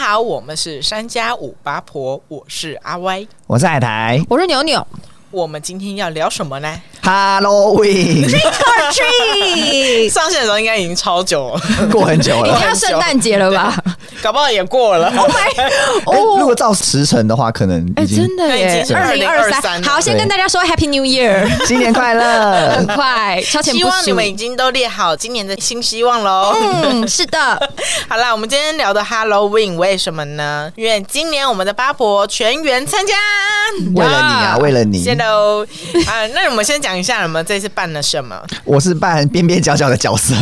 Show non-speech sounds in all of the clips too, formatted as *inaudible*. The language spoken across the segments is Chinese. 聊，我们是山家五八婆，我是阿歪。我是海苔我是牛牛我们今天要聊什么呢？ *laughs* ，Halloween ，Trick or *laughs* Treat，上线的时候应该已经超久了， *laughs* 过很久已了经。要圣诞节了吧？哦搞不好也过了。哦哎、如果照时辰的话，可能哎，已经真的那已耶经，是二零二2023三。了好，先对跟大家说 Happy New Year，新年快乐 *laughs* 很！快，超前希部望你署。们已经都列好今年的新希望喽。嗯，是的，好啦，我们今天聊的 Halloween 为什么呢？因为今年我们的八婆全员参加，为了你啊为了你谢喽。啊，那我们先讲一下我们这次办了什么。我是扮边边角角的角 *laughs* 色，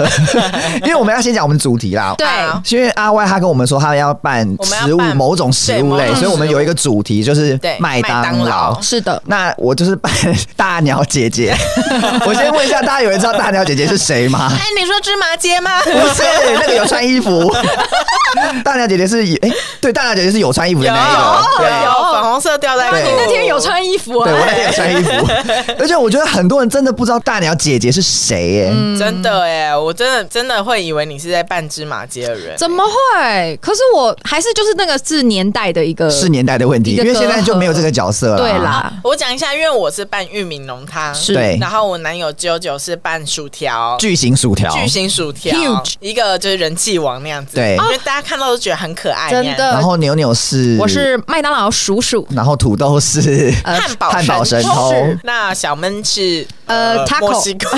因为我们要先讲我们主题啦。对好是因为阿 Y 他跟我们说他要办我们要食物办某种食物对类某，种所以我们有一个主题就是对麦当麦当劳劳。是的。那我就是扮大鸟 *laughs* 姐姐。我先问一下，大家有人知道大鸟姐姐是谁吗？哎，你说芝麻街 *laughs* 吗？不是那个有穿衣 *laughs* 服，大鸟姐姐是哎、对，大鸟姐姐是有穿衣服的有那一个，对有粉红色吊带裤对，那天有穿衣服对，我啊？那天有穿衣服， *laughs* 而且我觉得很多人真的不知道大鸟姐姐是谁耶、真的嗯哎，我真的真的会以为你是在扮芝麻街的人。欸怎么会？可是我还是就是那个是年代的一个是年啊代的问题，一因个为现在就没有这个角色了。对，啦，我讲一下，因为我是扮玉米浓汤，是对然后我男友九九是扮薯条。巨型薯条，巨型薯条 Huge 一个就是人气王那样子，对因为大家看到都觉得很可爱那样，真然的。后牛牛呃是，我，是麦当劳叔叔，然后土豆 *laughs* 是。呃汉堡汉堡神偷是那小闷是呃 taco 墨西哥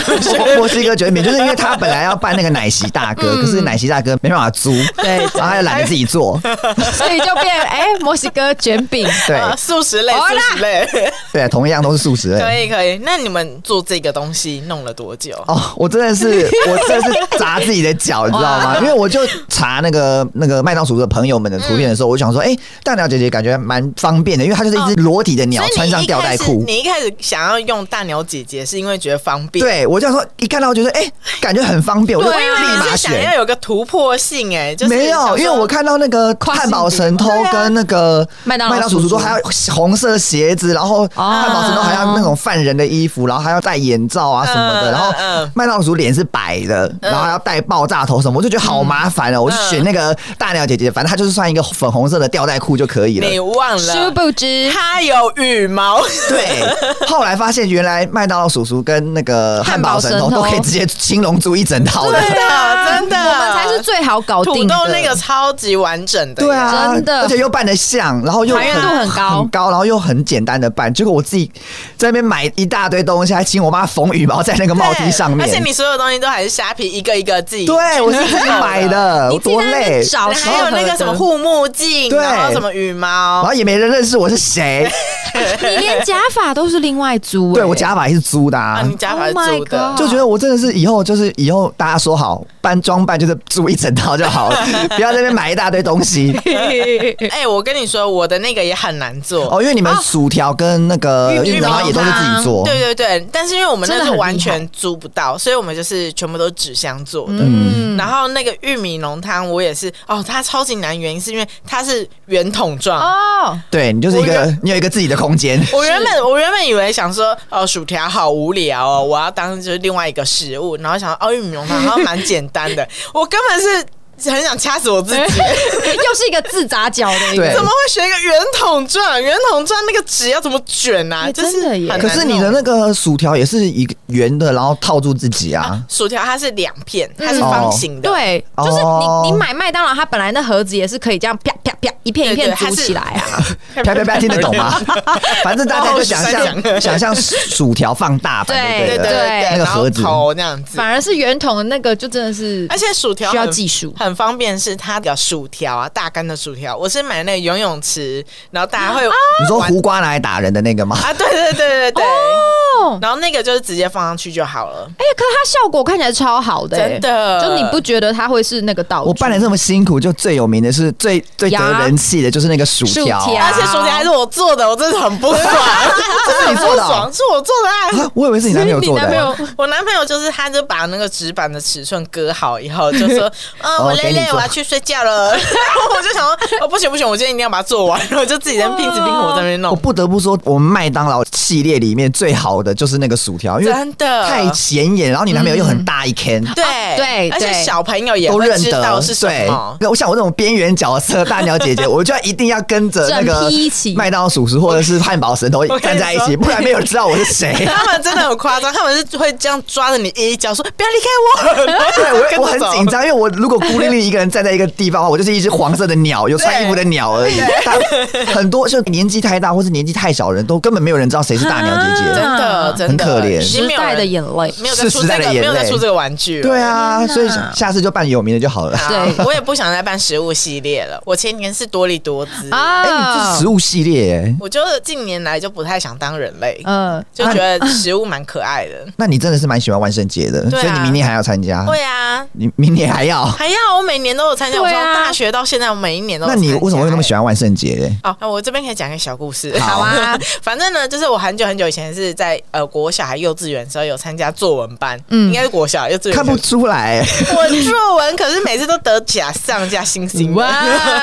墨墨西哥卷饼，就是因为他本来要办那个奶昔大 *laughs* 哥，可是奶昔大哥没办法租，对然后他又懒得自己 *laughs* 做， *laughs* 所以就变哎墨西哥卷饼。 *laughs* 对啊 *laughs* 素食类，好啦素食类，对，同样都是素食 *laughs* 类可。以可以。那你们做这个东西弄了多久？哦，我真 *laughs* 的是，我真的是砸自己的脚，你知道吗？因为我就查那个那个麦当叔的朋友们的图片的时候，我就嗯想说，哎、大鸟姐姐感觉蛮方便的，因为她就是一只裸体的鸟，哦所穿以上你一吊带开始裤。你一开始想要用大鸟姐姐，是因为觉得方便。对，我就想说，一看到我就说，哎、感觉很方便，我就我以为立你啊马是想要选。有个突破性、哎，就是没想有，说因为我看到那个跨性汉别啊堡神偷跟那个麦当劳麦当叔叔叔叔说哦还要红色鞋子，然后汉堡神偷还要那种犯人的衣服，然后还要戴眼罩啊什么的，嗯然后嗯嗯麦当叔脸是白的，嗯然后还要戴爆炸头什么，我就觉得好麻烦哦。我就选那个大鸟姐姐，反正她就是穿一个粉红色的吊带裤就可以了。你忘殊了，不知，它有羽 *laughs* 毛，对，后来发现原来麦当劳叔叔跟那个汉堡神偷汉堡神都偷可以直接青龙珠一整套的。真的真的，我们才是最好搞土定的。豆那个超级完整的，对啊，真的而且又办得像，然后又还原度很高很高，然后又很简单的办。结果我自己在那边买一大堆东西，还请我妈缝羽毛在那对，个帽 T 上面。而且你所有东西都还是虾皮一个一个自己，对啊我是自己买。的，你我自己多在那边累。找适合还有的，那个什么护目镜，对然后什么羽然毛后，也没人认识我是谁，你连假发都是另外租、欸，对我 *laughs* 假发也是租的、啊，啊你，假发是 Oh my 租的 God，就觉得我真的是以后就是以后大家说好搬装扮就是租一整套就好了， *laughs* 不要在那边买一大堆东西哎、我跟你说，我的那个也很难做。哦，因为你们薯条跟那个啊玉米玉米也都是自己做，对对对，但是因为我们那真是的很完厉害全租不到，所以我们就是全部都纸箱做的。嗯，然后那个玉米浓汤，我也是哦，它超级难，原因是因为它是圆筒状。哦，对你就是一我个你有一个自己的空间，我原本我原本以为想说，哦，薯条好无聊哦，我要当就是另外一个食物，然后想哦，玉米浓汤好像蛮简单的，我根本是很想掐死我自己， *laughs* 又是一个自砸脚的一个对怎么会选一个圆筒状？圆筒状那个纸要怎么卷啊？哎就是真的耶很难可是你的弄那个薯条也是一个圆的，然后套住自己啊。薯条它是两片，它是嗯方形的， *laughs* 对，哦就是你你买麦当劳，它本来那盒子也是可以这样啪啪啪一片一对对片它组是起来啊，啪啪啪，听得懂吗？反正大家就想哦我是在象讲想象薯条放大版就对对对了，对对，那个然后盒子头那样子反。而是圆筒的那个就真的是，而且薯条需要很技术很方便，是它的薯条啊，大干的薯条。我是买那个游泳池，然后大家会你说玩胡瓜拿来打人的那个吗？啊，对对对对对，哦，然后那个就是直接放上去就好了。哎、可是它效果看起来超好的、欸，真的就你不觉得它会是那个道具？我办的这么辛苦，就最有名的是最最得呀人气的就是那个薯条薯，条而且薯条还是我做的，我真的很不爽，，*laughs* 这是你做的哦，是我做的啊，我以为是你男朋友做的、你男朋友欸。啊。我男朋友就是他，就把那个纸板的尺寸割好以后，就 *laughs* 说：“嗯、我哦累给你累，做我要去睡觉了。” *laughs* 我就想说：“哦，不行不行，我今天一定要把它做完。” *laughs* 然后就自己在那边哦拼死拼活在那边我弄，不得不说，我们麦当劳系列里面最好的就是那个薯条，因为真的太显眼，然后你男朋友又很大一 can，、对、啊对而且对小朋友也都会认知道得是什么。对，我像我这种边缘角 *laughs* 色，大鸟姐姐，我就要一定要跟着那整个批一起麦当劳叔叔或者是汉堡神偷我跟站你在一说起，不然没有人知道我是 *laughs* 谁。他们真的很夸 *laughs* 张，他们是会这样抓着你一脚说：“不要离开我。”哎对我我很跟着走紧张，因为我如果孤零零一个人站在一个地方的话，我就是一只黄色的鸟，有穿衣服的鸟而已。他很多就年纪太大或是年纪太小的人都根本没有人知道谁是大鸟姐真姐。的，真的很可怜已经时没有代的人眼泪。没有再是出时这代的个，没有再眼泪出这个玩具了。对啊，所以下次就扮有名的就好了。好对我也不想再办食物系列了。我前年是多利多姿，啊哎，你这是食物系列欸，我就近年来就不太想当人类，嗯，就觉得食物蛮可爱的。那你真的是蛮喜欢万圣节的，对啊所以你明年还要参加？对啊，你明年还要？还要我每年都有参加，我对从啊大学到现在，我每一年都有那参加。你为什么会那么喜欢万圣节嘞？哦，那我这边可以讲一个小故事。*laughs* 好啊，反正呢，就是我很久很久以前是在呃国小还幼稚园的时候有参加作文班，嗯，应该是国小幼稚园。看不出来、我作 *laughs* 文，可是每次都得甲上加星星。哇哇！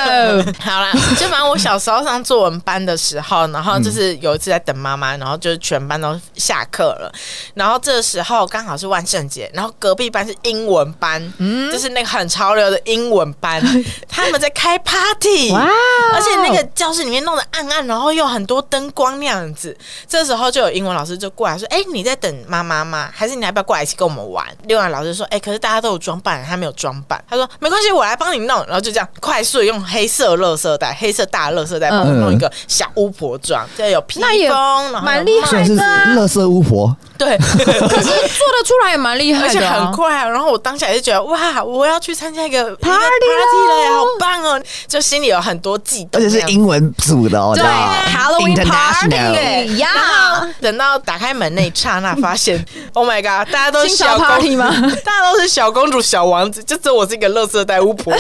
哦， *laughs* 好啦，就反正我小时候上作文班的时候，然后就是有一次在等妈妈，然后就是全班都下课了，然后这时候刚好是万圣节，然后隔壁班是英文班，就是那个很潮流的英文班，他们在开 party，哇哦而且那个教室里面弄得暗暗，然后又很多灯光那样子。这时候就有英文老师就过来说：“哎、你在等妈妈吗？还是你要不要过来一起跟我们玩？”另外老师说：“哎、可是大家都有装扮，他没有装扮。”他说：“没关系，我来帮你弄。”然后就这样快速地用黑色垃圾袋、黑色大垃圾袋帮我嗯弄一个小巫婆装，就有披那也风，然后蛮有厉帽虽然害是的啊，乐色巫婆，对， *laughs* 可 *laughs* 是做得出来也蛮厉害而且的啊，很快啊。然后我当下也就觉得哇，我要去参加一个 party Party 了耶，咯好棒哦！就心里有很多悸动这而且样子，是英文组的、哦，对知道吗，Halloween International。 party 然后呀，等到打开门那一刹那，发现 *laughs* Oh my God，大家都是清朝小 party 公，吗？ *laughs* 大家都是小公主、小王子，就只有我是一个乐色带巫婆。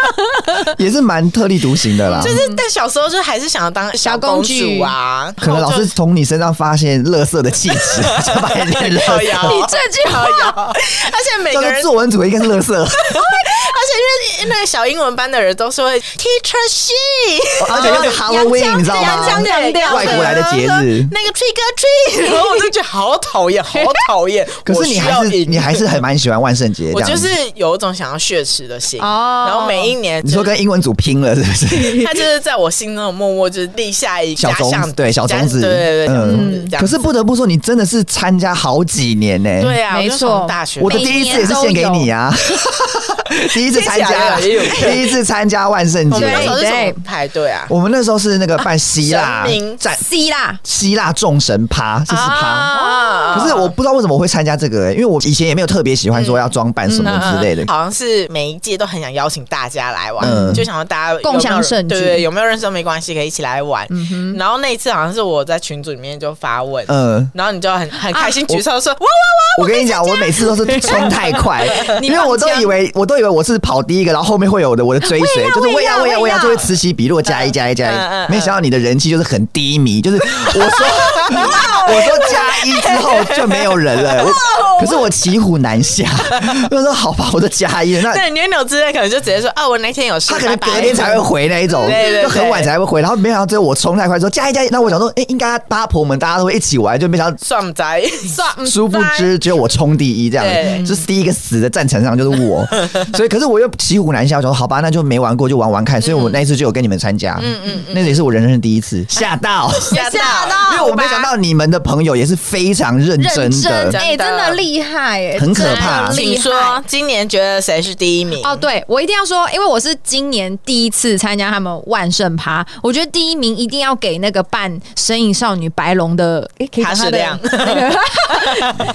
*laughs* 也是蛮特立独行的啦。就是但小时候就还是想要当小公主啊， *laughs* 可能老师从你身上发现乐色的气质， *laughs* 就把你变然后就乐摇色。你这句话哎而且每叫个做人，而作文组应哎该是乐色，且因为那个小英文班的人都是会 teacher she，而且又是 Halloween，你知道洋腔吗？洋调的外国来的节日那个 trick or *laughs* treat，然后我就觉得好讨厌，好讨厌。可是你还我需要是赢你还是很蛮喜欢万圣节这我就样子是。有一种想要血池的心，哦然后每一年你说跟英文组拼了是不 *laughs* 是？他就是在我心中默默就是立下一小种像子对小种子，对对对，小种子嗯这样可是不得不说，你真的是参加好几年呢、对啊，没我就从错大学我的第一次也是献给你啊， *laughs* 第一次参加，听起来啊有点有第一次参加万圣我们那时节候。是对怎么排队啊？我们那时候是那个办希腊神明战 C 啦，希腊众神趴，是是趴。啊可是我不知道为什么我会参加这个、欸，因为我以前也没有特别喜嗯欢说要装扮什么之类的。好像是每一届都很想邀请大家来玩，嗯就想要大家有没有共享盛举嗯对对，有没有认识都没关系，可以一起来玩。然后那一次好像是我在群组里面就发问，嗯，啊然后你就很很开心我举手说哇哇 *laughs* 我跟你讲，我每次都是冲 *laughs* 太快，你因为我放都枪以为我都以为我是跑第一个，然后后面会有的我的追随，啊就是我我也要要我也要我我也也要要，就会此起彼落加一加一加嗯嗯嗯一。没想到你的人气就是很低迷，就是 *laughs* 我说哦我说加一之后就没有人了，我可是我骑虎难下，我说好吧，我都加一了，那哇，对扭扭之类，可能就直接说啊，我那天有事，他可能拜拜隔天才会回那一种对对，对就很晚才会回。然后没想到最后我冲太快说加一加一，那我想说，哎、应该八婆们大家都会一起玩，就没想到。 *laughs* 算宅算嗯殊不知，只有我冲第一，这对样就是第一个死的战场上就是我，所以可是我又骑虎难下，我想说好吧，那就没玩过就玩玩看，所以我那一次就有跟你们参加，嗯嗯，那也是我人生第一次，吓到，吓吓到因为我没想到你们的朋友也是非常认真的，真哎，的真的厉害，哎，很可怕真的请厉说害。，今年觉得谁是第一名？哦，对，我一定要说，因为我是今年第一次参加他们万圣趴，我觉得第一名一定要给那个扮身影少女白龙的，诶可以卡讲士他的 *laughs* 亮那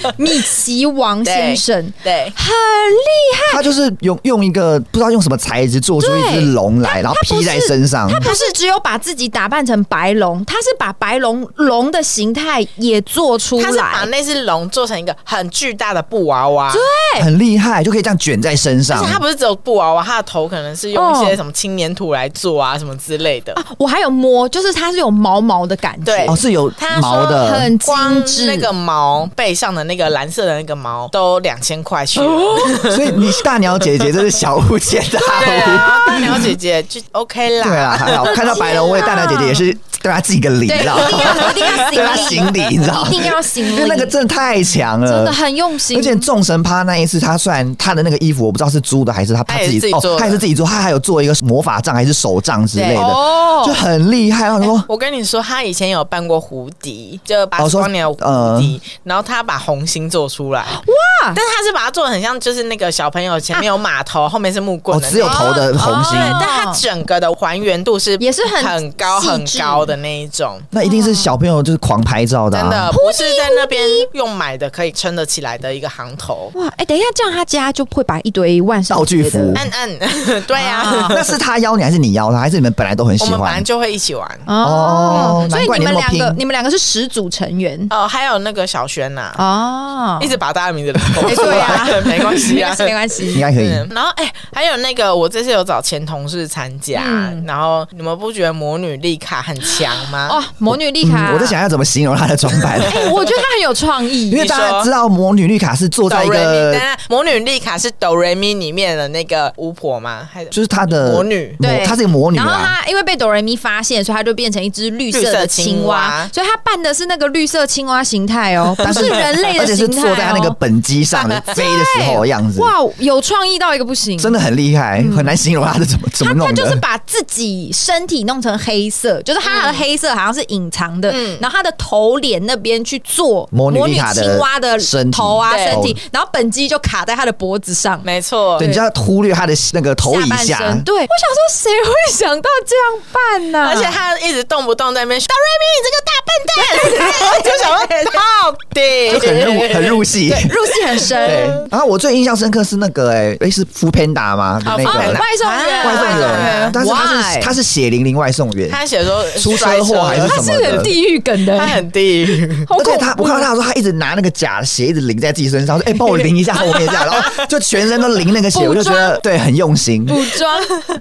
个米奇王先生，对，很厉害。他就是用用一个不知道用什么材质做出一对只龙来，然后不披在是身上，他不是只有把自己打扮成白龙，他是把白龙龙的形态也做出他是把来。那只龙做成一个很巨大的布娃娃，很厉害，就可以这样卷在身而上且。它不是只有布娃娃，它的头可能是用一哦些什么轻粘土来做啊，什么之类的。我还有摸，就是它是有毛毛的感觉，对哦，是有他说毛的，很光精致。那个毛背上的那个蓝色的那个毛都两千块去了。哦所以你大鸟姐姐这是小巫见大 *laughs* 对巫。啊，大鸟姐姐就 OK 对啦。啊，还好看到白龙，我也大鸟姐姐也 *laughs* 是对她敬个礼，你对，知一定道吗？要一定要 *laughs* 对她行行礼，礼，你知道吗一？定要行因礼，为啊那个真的太强真了的。很用心，而且众神趴那一次，他虽然他的那个衣服我不知道是租的还是他他他也自是自己己做哦，的他也是自己做，他还有做一个魔法杖还是手杖之类对的，哦就很厉害。他说我跟你说，他以前有办过胡迪，就八哦十说光年的呃胡迪，然后他把红心做出来，哇！但他是把它做的很像，就是那个小朋友前面有马啊头，后面是木棍哦，的，只有头的红心，对，但它整个的还原度是也是很很高细很致高的那一种。那一定是小朋友就是狂拍照的真的啊。不是在那边用买的可以撑得起来的一个行头，哇，哎、等一下，这样他家就会把一堆万圣道具节的服按按， *laughs* 对啊啊，那是他邀你还是你邀他，还是你们本来都很我喜们本来欢？就会一起玩。哦所难怪以你你那们么两个拼你们两个是始祖成员哦，还有那个小轩呐，哦一直把大家名字都哎说出对啊来，没关系 *laughs* 没啊关。系没关应系，该可以。嗯，然后哎、还有那个，我这次有找前同事参加，嗯然后你们不觉得魔女丽卡很强吗？哦，魔女丽卡、嗯，我在想要怎么形容她的装 *laughs* 扮，哎、我觉得他很有创意因为你大家说知道魔女绿卡是坐在一哆瑞咪，个当，然魔女丽卡是哆瑞咪里面的那个巫婆吗？还是就是她的魔女对她是一个魔女然后啊。他因为被哆瑞咪发现，所以他就变成一只绿色绿色的青青蛙所以他扮的是那个绿色青蛙形态 *laughs* 哦，不是人类而的且是形态、哦，坐在那个本机上的飞的时候的样子，哇，有创意到一个不行，真的很厉害，很难形容她是怎么怎么他弄他就是的。把自己身体弄成黑色，就是他的黑色好像是隐藏的，嗯然后他的头脸那边去做魔女丽卡的青蛙的身体头啊对身体，然后本机就卡在他的脖子上。没错，对，你就要忽略她的那个头以下半下，身，对我想说，谁会想到这样办呢、而且他一直动不动在那边哆瑞咪，你这个大笨蛋， *laughs* 我就想说到就底。很入很入戏。入戏对很深。，然后我最印象深刻是那个，哎，哎是 f o o Panda 吗？的那哦个啊， ，Foodpanda 外送员，外送员，但是他 Why？是他是血淋淋外送员，他写说出车祸还摔是什车么他是很地狱梗的、他很地狱。好而且恐他，怖我看到他的时候，他一直拿那个假的血一直淋在自己身上，说：“哎、帮我淋一下后面这样。”然后就全身都淋那个血，补嗯我就觉得对很用心，补妆。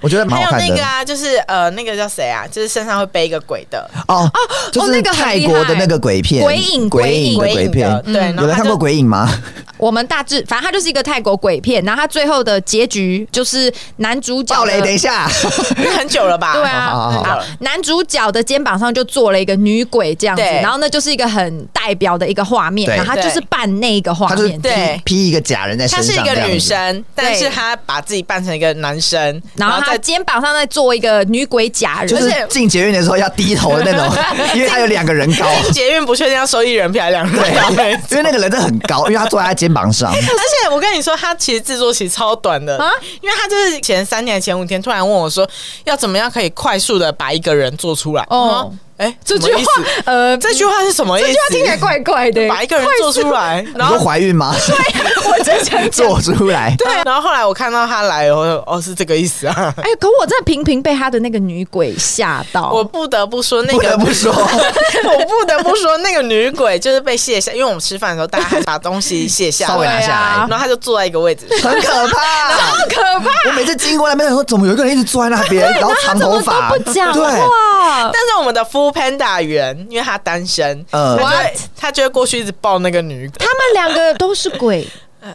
我觉得蛮还好有看那个的。啊，就是呃，那个叫谁啊？就是身上会背一个鬼的哦，就哦是那个很泰厉国的害那个鬼片，鬼影鬼影的鬼鬼影片嗯的，，对。然有后人他看就过鬼影吗？ *laughs* 我们大致，反正他就是一个泰国鬼片，然后他最后的结局就是男主角暴的雷，等一下，那 *laughs* 很久了吧？对好好啊好，好男主角的肩膀上就做了一个女鬼这样子，对然后那就是一个很代表的一个画面，对然后他就是扮那个画他就是面，对披 *laughs* 披一个假人在身她上，是一个女，生，但对是她把自己扮成一个男生，然后他再肩膀上再做一个女鬼假人，就是而且进捷运的时候要低头的那种，因为他有两个人高，捷运不确定要收一人票还是两人票没错因为那个人真的很高，因为他坐在他肩膀上， *laughs* 而且我跟你说，他其实制作期超短的啊因为他就是前三天、前五天突然问我说，要怎么样可以快速的把一个人做出来。哦哦，哎、这这句句话话，呃，这句话是什么意思？这句话听起来怪怪的，把一个人做出来，你然说后。怀孕吗？我就想 *laughs* 讲做出来，对，啊然后后来我看到他来了，我说哦，是这个意思啊。哎，可我真的频频被他的那个女鬼吓到，我不得不说，那哦不个得不 *laughs* 说，我不得不说，那个女鬼就是被卸下，因为我们吃饭的时候，大家还是把东西卸下 *laughs* 稍微来，拿下来然。后他就坐在一个位 *laughs* 置上，很可怕，好可怕，我每次经过那边，想说怎么有一个人一直坐在那边，然后他长怎头么发，都不讲对，话，但是我们的 Full Panda 员，因为他单身，他嗯就会 What？他就会过去一直抱那个女鬼，他们两个都是鬼，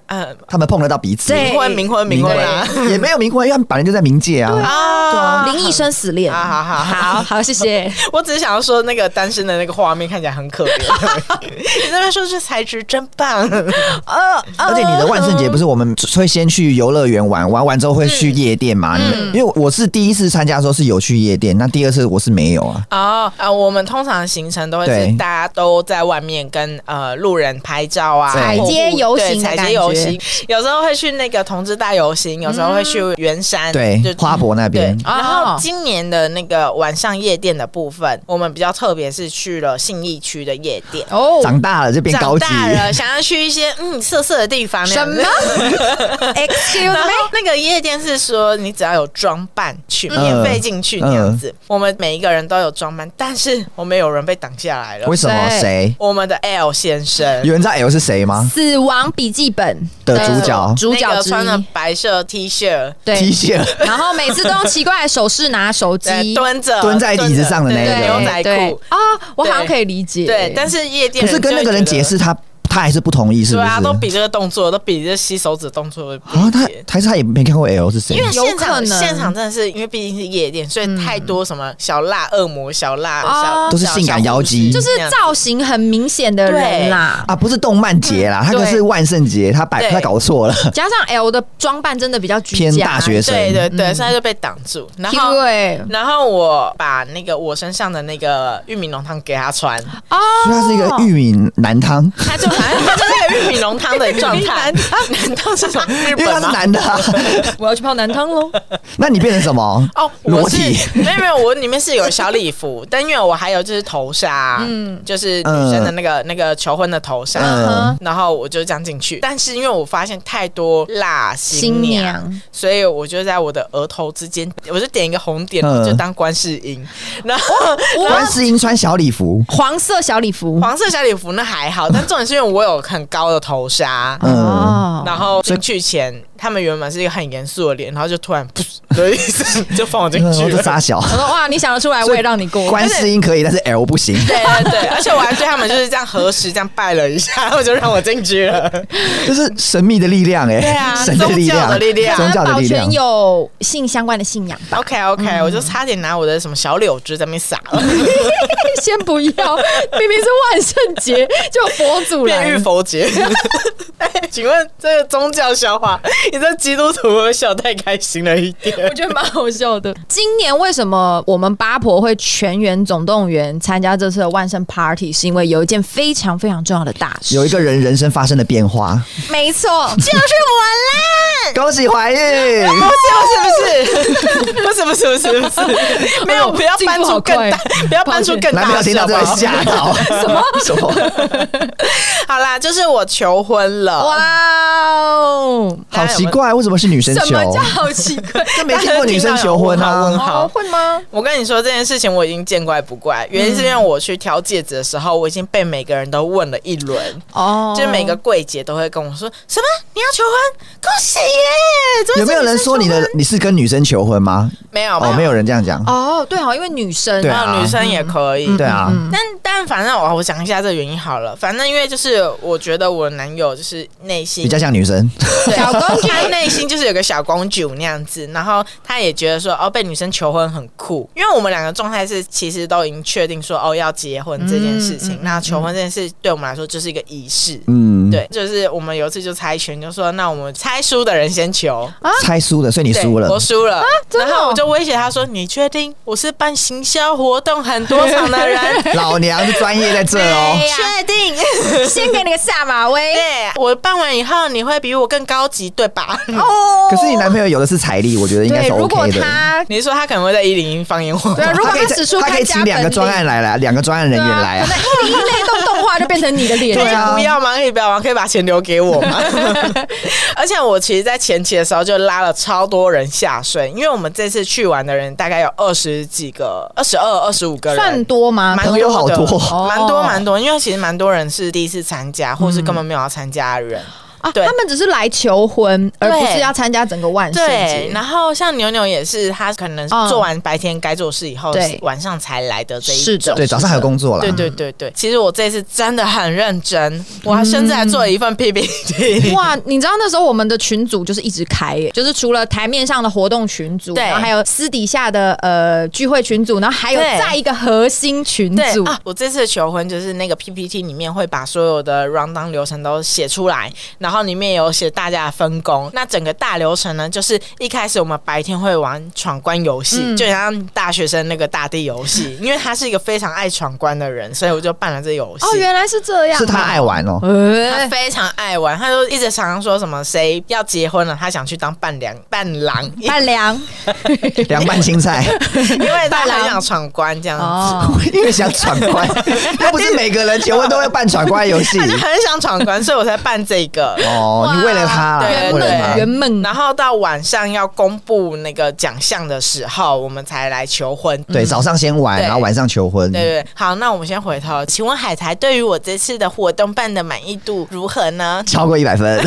嗯，他们碰得到彼此，呃对冥婚冥婚冥婚啦， *laughs* 也没有冥婚，因为他们本来就在冥界啊。 *laughs* 啊林医生死恋，好好好好好，*laughs* 谢谢。我只是想要说那个单身的那个画面看起来很可怜， *laughs* 你那边说这材质真棒，呃，而且你的万圣节不是我们会先去游乐园玩，玩完之后会去夜店嘛？嗯你们因为我是第一次参加的时候是有去夜店，那第二次我是没有啊。哦，啊，我们通常行程都会对是大家都在外面跟呃路人拍照啊，对或踩街游行的对踩感街觉嗯游行，有时候会去那个同志大游行，有时候会去圆山，对嗯就，花博那边对，然后哦今年的那个晚上夜店的部分，我们比较特别是去了信义区的夜店。哦，长大了就变高长级，大了，想要去一些嗯色色的地方，那什样子么 *laughs* ？Excuse 然后 me？那个夜店是说，你只要有装扮去，嗯免费进去那样子。我们每一个人都有装扮，但是我们有人被挡下来了为。什么？对谁？我们的 L 先生，有人知道 L 是谁吗？死亡笔记本的主角主那角个之穿了一，白色 T 恤， T 对。恤，然后每次都用奇怪的手势拿手 *laughs* 对机，蹲着蹲在椅子上的那一蹲个着对对牛仔对裤，啊，我好像可以理解。对。但是夜店可是跟那个人解释。释他，他还是不同意，是不对是？啊，都比这个动作，都比这吸手指动作不啊，理他解。还是他也没看过 L 是谁因为有现可场能现场真的是，因为毕竟是夜店，所以太多什么小辣恶魔、小辣、哦小嗯都是性感妖姬就是造型很明显的人啦，啊，不是动漫节啦，他可是万圣节，他摆嗯对他搞错了，加上 L 的装扮真的比较居偏家，大学生。对对对，所以他就被挡住。然后对然后我把那个我身上的那个玉米浓汤给他穿，哦，所以他是一个玉米男汤，他就反正他就是个玉米浓汤的状 *laughs* 态。难道是从 *laughs* 日因为本他是吗？男的、啊。我要去泡男汤喽。 *laughs* 那你变成什么？哦，裸我是体。没有没有，我里面是有小礼服， *laughs* 但因为我还有就是头纱，嗯，就是女生的那个、那个求婚的头纱，嗯然后我就这样进去。但是因为我发现太多辣新新娘，娘，所以我就在我的额头之间，我就点一个红点，嗯就当观世音。然后观世音穿小礼服，黄色小礼服，黄色小礼服那还好，但重点是因为我有很高的头纱。嗯，哦，然后进去前，他们原本是一个很严肃的脸，然后就突然噗的一声 *laughs* 就放我进我哦去是了。傻小。我说哇，你想得出来，我也让你过。观世音可以，但是 L 不行。对对对，而且我还对他们就是这样核实，这样拜了一下，然后就让我进去了。就是神秘的力量、欸，哎、对啊神的力量，宗教的力量啊宗教的保力全量。有性相关的信仰吧？ OK OK，、我嗯就差点拿我的什么小柳枝在那边撒了， *laughs* 先不 *laughs* 要，明明是万圣节，就佛祖变来玉了。佛节。 *laughs* 哎请问这个宗教笑话，你这基督徒会不会笑太开心了一点？我觉得蛮好笑的。今年为什么我们八婆会全员总动员参加这次的万圣 party？是因为有一件非常非常重要的大事，有一个人人生发生了变化，*laughs* 没错，就是我啦！恭喜怀孕，不是不是不是不是不是不是不是，没有不要搬出更进步大好快，不要搬出更大男朋友的听笑到这话个。吓到，什么什么，好啦，就是我求婚了。哇哦，好奇怪，为什么是女生什求么？叫 *laughs* 好奇怪？这没听过女生求婚大家听到有问啊号！好哦会吗？我跟你说这件事情，我已经见怪不怪。嗯原因是因为我去挑戒指的时候，我已经被每个人都问了一轮，哦，就是每个柜姐都会跟我说什么你要求婚，恭喜耶！怎么有没有人说你的你是跟女生求婚吗？没有？哦，没有人这样讲。哦，对哦，因为女生对没啊有，女生也可以。对啊，但但反正我我讲一下这原因好了，反正因为就是我觉得我男友就是内心比较像女生，对小公举他内心就是有个小公主那样子，然后他也觉得说，哦，被女生求婚很酷，因为我们两个状态是其实都已经确定说，哦，要结婚这件事情，那求婚这件事对我们来说就是一个仪式。嗯，，对，就是我们有一次就猜拳，就说那我们猜输的人先求，猜输的，所以你对输了啊我。输了，真的然哦后我就威胁他说：“你确定我是办行销活动很多场的人？ *laughs* 老娘是专业在这 *laughs* 哦对，确定？ *laughs* 先给你个下马威对，哎我办完以后你会比我更高级，对吧？”哦。可是你男朋友有的是财力，我觉得应该对，是如果 OK 的。他你是说他可能会在一零一放烟火吗？对啊，如果可以使出他可以看家请两个本专领案来来，两个专案人员来啊可。能一零一那一栋动画就变成你的脸，对啊不要吗？可以不要吗？可以把钱留给我吗？ *laughs* 而且我其实，在前期的时候就拉了超多人下水，因为我们这次去玩的人大概有二十几个、二十二、二十五个人，算多吗？蛮朋友好多多的嗯蛮哦多蛮多。因为其实蛮多人是第一次参加，或是根本没有要参加的人。啊，对他们只是来求婚，而对不是要参加整个万圣对，节。然后像牛牛也是，他可能嗯做完白天该做事以后，对晚上才来的这一是的种。对，早上还有工作啦。对对对对，其实我这次真的很认真，我还甚至还做了一嗯份 PPT。 *laughs* 哇，你知道那时候我们的群组就是一直开耶，就是除了台面上的活动群组，对然后还有私底下的呃聚会群组，然后还有对再一个核心群对组，啊，我这次的求婚就是那个 PPT 里面会把所有的 round down 流程都写出来，然然后里面有写大家的分工。那整个大流程呢，就是一开始我们白天会玩闯关游戏，嗯就像大学生那个大地游 *laughs* 戏，因为他是一个非常爱闯关的人，所以我就办了这游戏。哦，原来是这样，是他爱玩哦。他哎，非常爱玩，他就一直常常说什么谁要结婚了，他想去当伴娘、伴郎，伴娘凉拌青 *laughs* 菜，因为他伴郎很想闯关这样子。啊哦，因为想闯 *laughs* 关，又不是每个人结婚都会办闯关游戏他就很想闯关，所以我才办这个。 *laughs* 哦。你为了他啦，对圆为了梦圆他，*laughs* 梦然后到晚上要公布那个奖项的时候，我们才来求婚。对，早上先玩，对然后晚上求婚。对对对，好，那我们先回头，请问海苔对于我这次的活动办的满意度如何呢？超过一百分，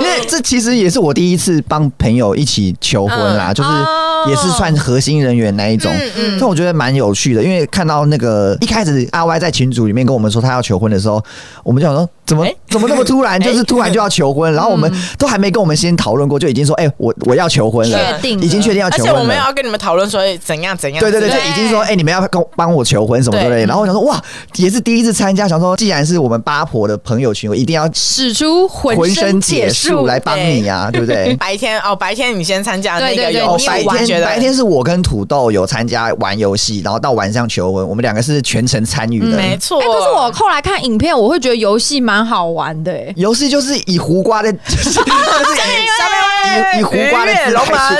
因为这其实也是我第一次帮朋友一起求婚啦，就是哦也是算核心人员那一种，但我觉得蛮有趣的，因为看到那个一开始阿 Y 在群组里面跟我们说他要求婚的时候，我们就想说怎么哎怎么那么突然，就是突然就要求婚，然后我们都还没跟我们先讨论过，就已经说哎我我要求婚了，确定了已经确定要而求且我婚们也了。要跟你们讨论说怎样怎样。对对对，怎就样已经说，哎、你们要不要跟我帮我求婚什么之类对？的。然后我想说，哇，也是第一次参加，想说，既然是我们八婆的朋友群，我一定要使出浑浑身解解数来帮你啊，对不对白天哦，白天你先参加那对个对对游哦，戏，白我觉天得白天是我跟土豆有参加玩游戏，然后到晚上求婚，我们两个是全程参与的。没错。哎、可是我后来看影片，我会觉得游戏蛮好玩的、哎游戏就是以胡瓜的， *laughs* 就是以以胡瓜的鱼跃姿哎龙态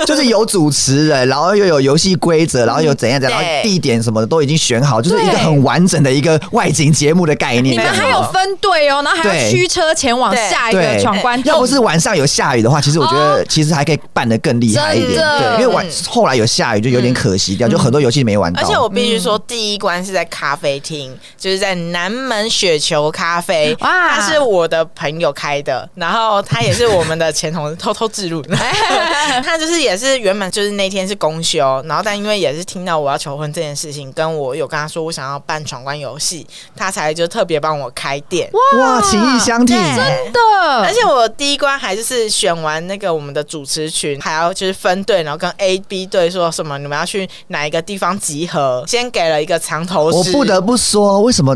去， *laughs* 就是有主持人，然后又有游戏规则，然后有怎样怎样，然对后地点什么的都已经选好，就是一个对很完整的一个外景节目的概念。你这们样还有分队哦，然后还要对驱车前往对下一个对，闯关要不洞是晚上有下雨的话，其实我觉得其实还可以办得更厉害一点。真的对，因为晚嗯后来有下雨就有点可惜掉，就很多游戏没玩到。而且我必须嗯说，第一关是在咖啡厅，就是在南门雪球咖啡，哇它是我的朋友开的，然后他也是我们的前同事，偷偷自入 *laughs* 的。 *laughs* 他就是也是原本就是那天是公休，然后但因为也是听到我要求婚这件事情，跟我有跟他说我想要办闯关游戏，他才就特别帮我开店。哇，情意相挺，对的，而且我第一关还就是选完那个我们的主持群，还要就是分队，然后跟 A、B 队说什么你们要去哪一个地方集合，先给了一个长头我诗。不得不说，为什 *laughs* 么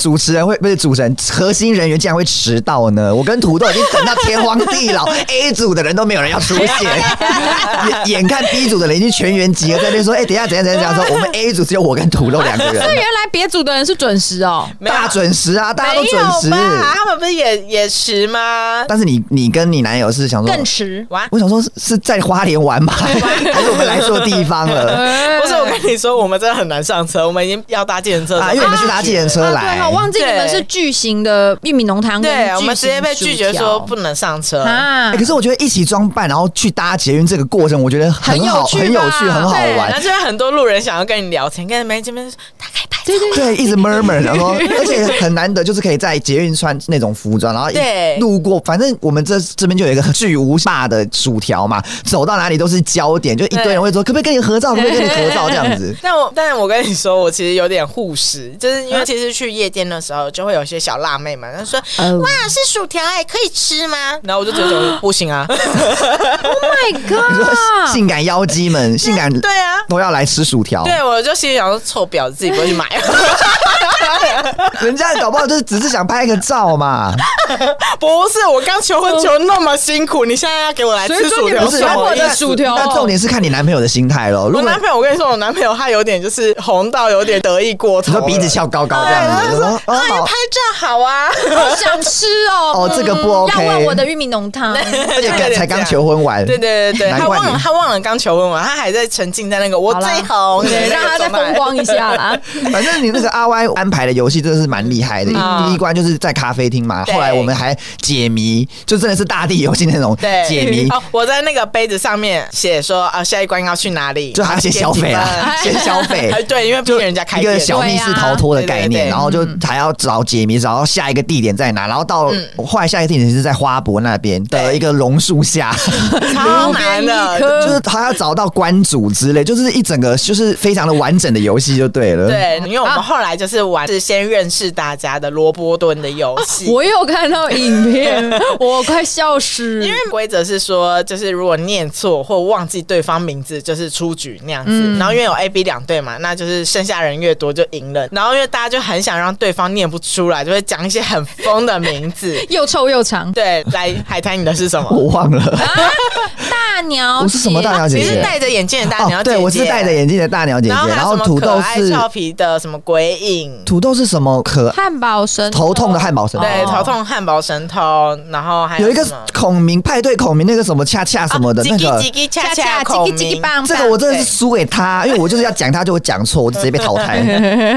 主持人会不是主持人核心人员竟然会迟到呢？我跟土豆已经等到天荒地 *laughs* 老，A 组的人都没有人要出现， *laughs* 眼眼看 B 组的人已经全员集合在那边说：“哎、等一下，等一下，等一下。” *laughs* 说我们 A 组只有我跟土豆两个所以人，原来别组的人是准时哦，没有大准时啊，大家都没有准时。吧？他们不是也也迟吗？但是你你跟你男友是想说更迟。哇！我想说是，是在花莲玩 *laughs* 吗？还是我们来错地方了？不是，我哎跟你说，我们真的很难上车，我们已经要搭计程车了啊，因为你们是搭计程车啊来对，哦，忘记你们对是巨型的玉米浓汤跟对，巨我们直接型被薯拒绝说条不能上车。啊哎可是我觉得一起装扮，然后去搭捷运这个过程，我觉得很好，很有趣吧很有趣，很好对，然玩后。就会很多路人想要跟你聊天，跟你们这边说打开拍照。对对对，对，*laughs* 一直 murmur，然后而且很难得，就是可以在捷运穿那种服装，然后一对。路过，反正我们这这边就有一个巨无霸的薯条嘛，走到哪里都是焦点，就一堆人会说可不可以跟你合照，可不可以跟你合照这样子但我但我跟你说，我其实有点护食，就是因为其实去夜店的时候，就会有一些小辣妹嘛，她说、嗯哦哇是薯条哎、可以吃吗？然后我就觉得不行 *laughs* 啊，*laughs*，My 你说 *laughs* God，性感妖姬们，性感嗯对啊。都要来吃薯条，对，我就心里想说，臭婊子自己不会去买，人家搞不好就是只是想拍个照嘛。不是我刚求婚求那么辛苦，你现在要给我来所以吃说薯你条不是是什么意那思？薯条那重点是看你男朋友的心态咯。如我果男朋友，我跟你说，我男朋友他有点就是红到有点得意过你头说了，鼻子翘高高这对，样他就子，我说说哦啊好拍，照好啊，好想吃哦。哦这个不嗯 OK 要问我的玉米浓汤。而且有点刚才这刚样求婚完，对对对对，难他怪忘了你他忘了刚求婚完，他还在沉浸在那个我好最啦红的对，那个让他再状态风光一下啦。反正你那个阿 Y 安排的游戏真的是蛮厉害的。嗯第一关就是在咖啡厅嘛，对后来我们还解谜，就真的是大地游戏那种对，解 *laughs* 谜。哦，我在那个杯子上面写说啊，下一关要去哪里，就还要先消费啊，点先消费 *laughs* 几分哎，，对，因为就逼人家开一个店，小密室逃脱的概对啊对对念，对然后就还要找解谜，找到下一个地点在哪，然后到嗯后来下一个地点是在花博那边的一个榕 *laughs* 树下，超难的，路边一棵就是还要找到关主之类，就是一整个就是非常的完整的游戏就对了。啊对，因为我们后来就是玩是先认识大家的罗伯顿的游啊戏。我有看到影片，我快笑死。。因为规则是说，就是如果念错或忘记对方名字，就是出局那样子。嗯然后因为有 A、B 两队嘛，那就是剩下人越多就赢了。然后因为大家就很想让对方念不出来，就会讲一些很疯的名 *laughs* 字又臭又长，对，来海滩，你的是什么？我忘了，大鸟我是什么大鸟姐你姐是？戴着眼镜的大鸟哦，姐姐，对，我是戴着眼镜的大鸟姐姐，然后还然有后什么土可豆爱是俏皮的什么鬼影，土豆是什么可汉堡神头痛的汉堡神？对，哦头痛汉堡神偷，然后还有一个什么孔明派对，孔明那个什么恰恰什么的、那个叽叽，叽叽恰恰恰恰孔叽叽叽明叽。棒棒，这个我真的是输给他，因为我就是要讲他就会讲错，我就直接被淘汰。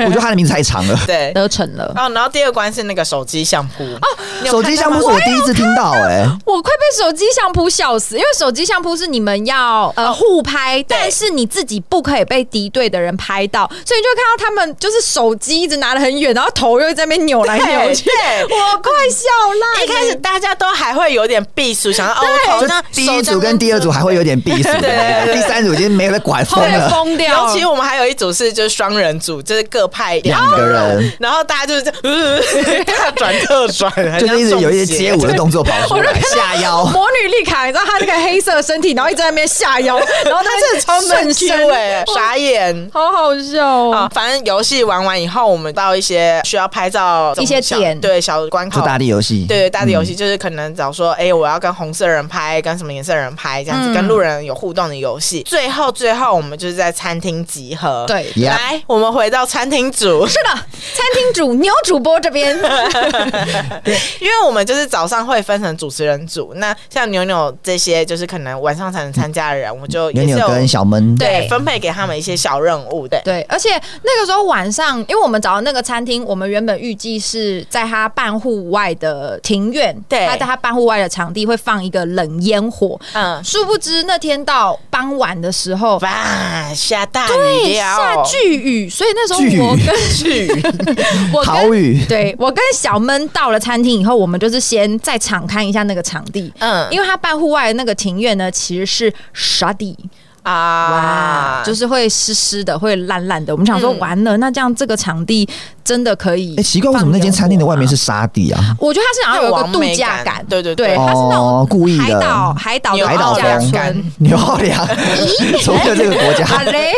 我觉得他的名字太长了，对，得逞了，哦，然后第二关是那个手机相扑哦，你有手机看相到扑吗是我第一次听到、哎，我快被手机相扑笑死，因为手机相扑是你们要呃互拍，但是你自己不可以被敌对的人拍到，所以你就会看到他们就是手机一直拿得很远，然后头又在那边扭来扭去，对 *laughs* 对我快笑烂了。一开始大家都还会有点避暑，想要哦，我头就那第手一这样组跟第二组还会有点避暑，第三组已经没有在管后风面了。疯掉，尤其我们还有一组是就是双人组，就是各派两个人，然后大家就是呃，大转特转，很就像是一直有一些中街舞的动作跑出来，下腰。魔女丽卡，你知道她那个黑色的身体，然后一直在那边下 *laughs* 腰，然后她是超能欸 Q 哎，傻眼。好好笑啊、哦！反正游戏玩完以后，我们到一些需要拍照一些小点对小关做口，大地游戏，对对，大地嗯游戏就是可能找说，哎、我要跟红色人拍，跟什么颜色人拍，这样子、嗯跟路人有互动的游戏。最后最后，我们就是在餐厅集合。对 Yep 来，我们回到餐厅组， *laughs* 是的，餐厅主牛主播这边， *laughs* 因为我们就是早上会分成主持人组，那像牛牛这些就是可能晚上才能参加的人，我们就牛也是牛有跟小闷，对对分配给他们一些小任务，对。对，而且那个时候晚上，因为我们找的那个餐厅，我们原本预计是在它半户外的庭院，对它在它半户外的场地会放一个冷烟火，嗯，殊不知那天到傍晚的时候。哇，下大对，雨下了，巨雨，所以那时候巨 *laughs* 雨我跟巨雨， *laughs* 我跟逃雨，对我跟小闷到了餐厅以后，我们就是先在场看一下那个场地，嗯因为他办户外的那个庭院呢，其实是沙地，啊哇，，就是会湿湿的，会烂烂的。我们想说，嗯完了，那这样这个场地真的可以？哎，奇怪，为什么那间餐厅的外面是？沙地啊？我觉得它是想要有一个那种度假完美感感，对对对对，它是那哦种故意的海岛海岛的有海度岛假风村。牛 *laughs* 奥良，啊 *laughs* 从没有这个国家，好嘞，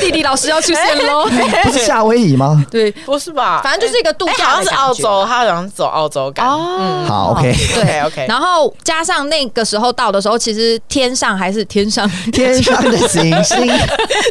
地理老师要出现喽。不是夏威夷 *laughs* 吗？对，不是吧？反正就是一个度哎假好像的是感觉澳洲，他好像是走澳洲感。哦，好，OK。对 OK，OK 然后加上那个时候到的时候，其实天上还是 *laughs* 天上，天上的星 *laughs* 星， *laughs*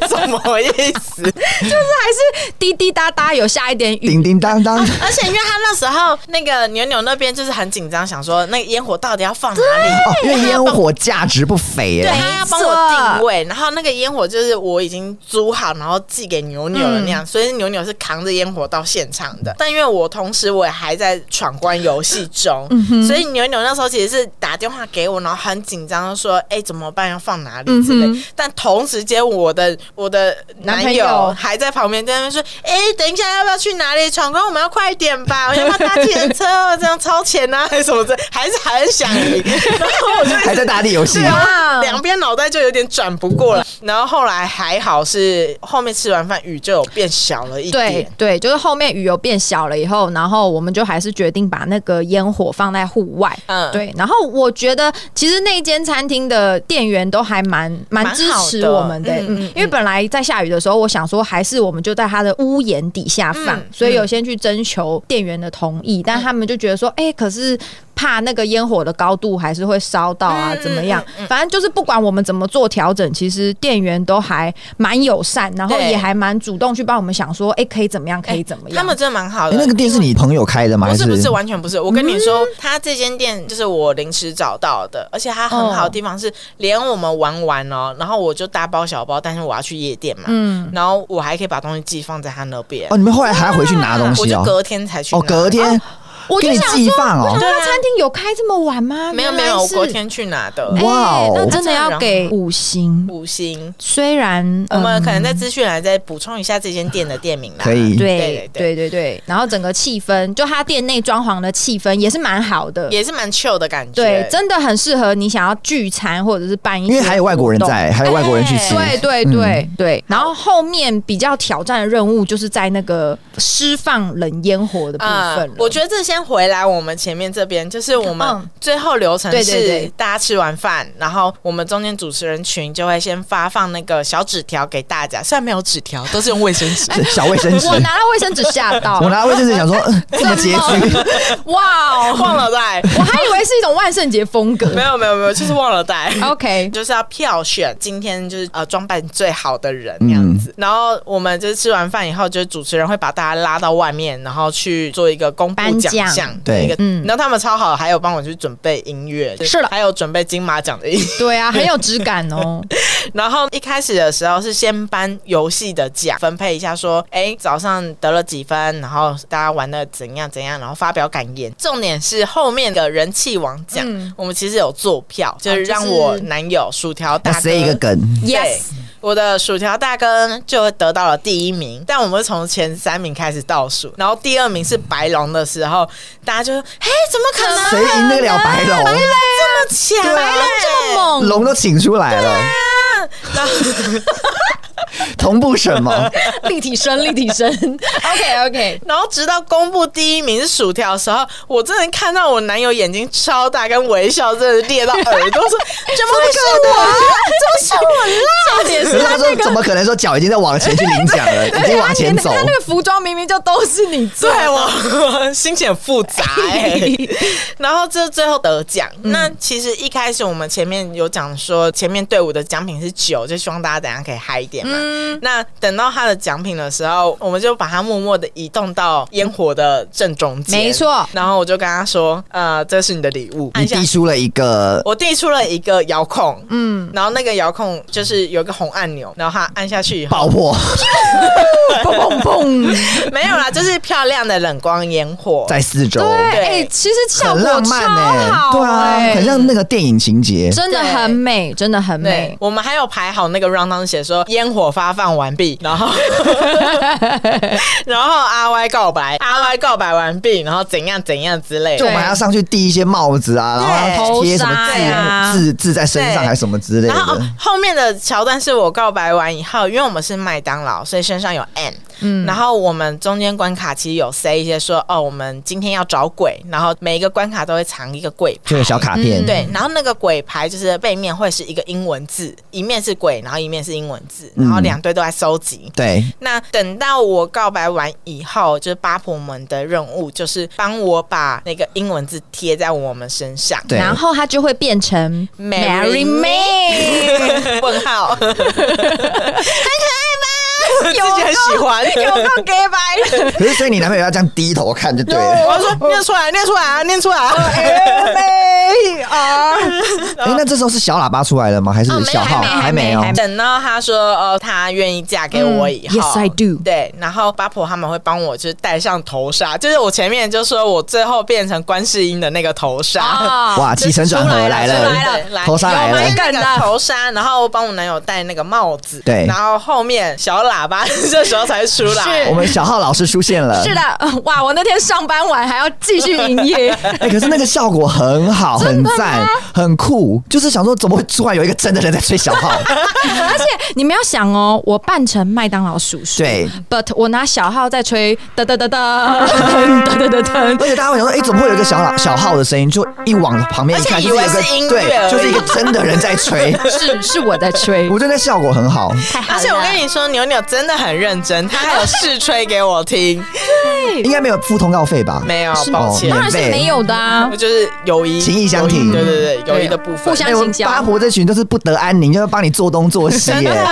什么意思？还是滴滴答答有下一点雨。叮叮当当，哦而且因为他那时候那个牛牛那边就是很紧张，想说那个烟火到底要放哪里？哦，因啊为烟火价值不菲对耶。他要帮我定位，然后那个烟火就是我已经租好，然后寄给牛牛的那样，所以牛牛是扛着烟火到现场的。嗯但因为我同时我也还在闯关游戏中，所以牛牛那时候其实是打电话给我，然后很紧张地说：“哎、怎么办？要放哪里之类。嗯哼但同时间我的我的男男朋友友还在旁边在那边说：“哎、等一下要不要去哪里闯关？我们要快点吧，我要不要搭计程车？这样超前啊，还是什么的，还是很想赢。” *laughs* 然后我就一直 *laughs* 还在大地游戏对，啊，哇两边脑袋就有点转不过来。然后后来还好是后面吃完饭雨就有变小了一对点。对，就是后面雨有变小了以后，然后我们就还是决定把那个烟火放在户外。嗯对。然后我觉得其实那间餐厅的店员都还蛮蛮支持我们的、蛮好的嗯嗯嗯因为本来在下雨的时候，我想说还是我们就在他的屋檐底下放，嗯所以有先去征求店员的同意，但他们就觉得说，哎、可是。怕那个烟火的高度还是会烧到啊嗯，怎么样？反正就是不管我们怎么做调整，其实店员都还蛮友善，然后对也还蛮主动去帮我们想说，哎、可以怎么样，可以怎么样？他们真的蛮好的。哎那个店是你朋友开的吗？不还是不是完全不是，我跟你嗯说，他这间店就是我临时找到的，而且它很好的地方是，连我们玩完哦，然后我就大包小包，但是我要去夜店嘛，嗯，然后我还可以把东西寄放在他那边哦哦，，你们后来还要回去拿东我啊西就哦。隔天才去拿。哦，隔天我给就你想寄说，放我哦想。对说啊餐厅有开这么晚吗？没有没原有，来我是昨天去拿的哎哇哦那真的要给五星。五星。虽然我们可能在。在资讯栏再补充一下这间店的店名啦。可以嗯对对对对对，然后整个气氛，就他店内装潢的气氛也是蛮好的，也是蛮 chill 的感觉。对，真的很适合你想要聚餐或者是办一些，因为还有外国人。在，嗯还有外国人去吃。。哎对对对对，然后后面比较挑战的任务就是在那个释放冷烟火的部啊、分了、我觉得这先回来我们前面这边，就是我嗯们最后流程对对是对大家吃完饭，然后我们中间主持人群就会先发放那个小纸条给大家，虽然没有纸条，都是用卫 *laughs* 生纸小卫生纸，我拿到卫生纸吓到，我拿卫生纸 *laughs* 想说，呃这么拮据，哇哦， *laughs* 忘了带，我还以为是一种万圣节风格。没有没有没有，就是忘了带。 *laughs* OK，就是要票选今天就是呃装扮最好的人那样子。然后我们就是吃完饭以后，就是主持人会把大家拉到外面，然后去做一个公布颁奖奖项的对一个。嗯然后他们超好，还有帮我去准备音乐，是了还有准备金马奖的音乐。对啊，很有质感 *laughs* 哦。然后一开始的时候是先颁游戏的奖，分配一下说，哎，早上得了几分，然后大家玩的怎样怎样，然后发表感言。重点是后面的人气王奖，嗯我们其实有做票，就是就是让我男友薯条大那哥塞一个梗，对 Yes，我的薯条大哥就得到了第一名，但我们是从前三名开始倒数，然后第二名是白龙的时候，大家就说：“嘿，怎么可能？谁赢得了白龙？这么强？白啊龙哎啊这么猛，龙都请出来了，然后同步什 *laughs* 么？ *laughs* 立体声，立体 *laughs* 声。OK OK，然后直到公布第一名是薯条的时候，我真的看到我男友眼睛超大，跟微笑真的裂到耳朵，说：“怎么会 *laughs* 是啊我？这是我啦！”重点可是他说，怎么可能说脚已经在往前去领奖 *laughs* 了，已经往前走他。啊那个服装明明就都是你做哎的，对我心情很复杂、 *laughs* 欸，然后这最后得奖。那其实一开始我们前面有讲说，前面队伍的奖品是酒，就希望大家等一下可以嗨一点嗯嘛。那等到他的奖品的时候，我们就把它默默的移动到烟火的正中间，没错然后我就跟他说：“呃，这是你的礼物，按你一下递出了一个，我递出了一个遥控，嗯，然后那个遥控就是有一个红按钮，然后它按下去以后，爆破砰砰。 *laughs* 没有啦，就是漂亮的冷光烟火，在四周，对，对哎，其实效很果浪超漫哎，好，对啊，很哎，像那个电影情节。真的很美，真的很对美，。我们还有排好那个 round down 写说烟火发放完毕，然后然后 R Y 告白，R Y 告白完毕，然后怎样怎样之类就的我。们还要上去递一些帽子啊，对然后贴什头纱么呀字字字在身上对还是什么之类然后、的哦、。后面的桥段是我告白完以后，因为我们是麦当劳，所以身上有 N。嗯，然后我们中间关卡其实有 say 一些说，哦，我们今天要找鬼，然后每一个关卡都会藏一个鬼牌，就有小卡嗯片，对，然后那个鬼牌就是背面会是一个英文字，一面是鬼，然后一面是英文字，然后嗯两队都在收集。对，那等到我告白完以后，就是八婆们的任务就是帮我把那个英文字贴在我们身上。对然后它就会变成 Marry *laughs* Me，问号，自 *laughs* 有己很喜欢。有够 gay 白可是所以你男朋友要这样低头看就对 *laughs* *laughs* 了。我说念出来，念出来啊，念出来啊！ *laughs* ，M R，哎、那这时候是小喇叭出来了吗？还是哦没有小号？还没哦还没等到他说呃，他愿意嫁给我以后、嗯，Yes, I do 对，然后八婆他们会帮我就是戴上头纱，就是我前面就说我最后变成观世音的那个头纱。啊，哇，起承转合来出了，来了对来头纱来有了吗。那个头纱，然后帮我男友戴那个帽子，对然后后面小喇叭这时候才出来，是哎我们小号老师出现了，是。的，哇，我那天上班晚还要继续营 *laughs* 业。哎、可是那个效果很好，很赞，很酷。就是想说，怎么会突然有一个真的人在吹小号？而且你们要想哦，我扮成麦当劳叔叔，对，but 我拿小号在吹哒哒 *laughs* 哒哒哒哒哒哒，而且大家会想说，哎、怎么会有一个小喇小号的声音？就一往旁边一看，而且就以是有为一个是音乐而对，已就是一个真的人在吹。是是我 *laughs* 在吹，我觉得那效果很好，太好了。而且我跟你说，牛牛真的很认真，他还有试吹给我听，应该没有付通告费吧？没有，是抱哦歉当，然是没有的啊我，就是友谊，情谊相友挺对对对，友谊的部分，互相哎，我请教八婆这群都是不得安宁，就是帮你做东做西耶，没真的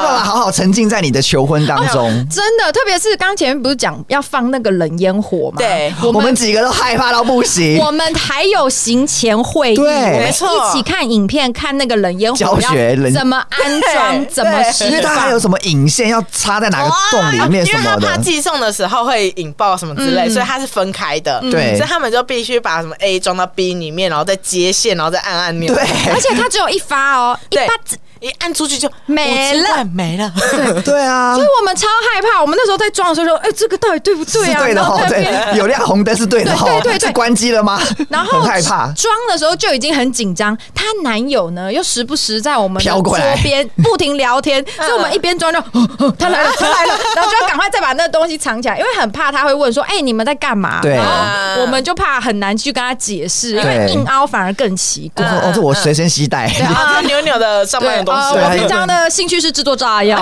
办法好好沉浸在你的求婚当中。真的，特别是刚前面不是讲要放那个冷烟火吗？，对。我们几个都害怕到不行，我们还有行前会议，对我们没错一起看影片，看那个冷烟火教学要冷怎么安装，对怎么对释因为他还有放。什么引线要插在哪个洞里面哦因什为他么怕的。嗯寄送的时候会引爆什么之类，所以它是分开的。对所以他们就必须把什么 A 装到 B 里面，然后再接线，然后再按按钮。对，而且它只有一发哦，一对发子。，一按出去就没了50块没 *laughs* 了。对啊所以，我们超害怕。我们那时候在装的时候说：“哎、这个到底对不对是啊？”对的然后哦，在那边对，有亮红灯是对的哦，对对对对是关机了吗？然后很害怕，装的时候就已经很紧张，她男友呢又时不时在我们的飘过桌来边不停聊 *laughs* 天，所以我们一边装就哦哦他来了他来了，然后就要赶快再把那个东西藏起来，因为很怕他会问说：“哎、你们在干嘛？”对然啊后我们就怕很难去跟他解释，因为对硬凹反而更奇怪。哦，这我随身携带，然啊后就扭扭的上对班的东呃，西。对我还有平常的兴趣是制作炸药，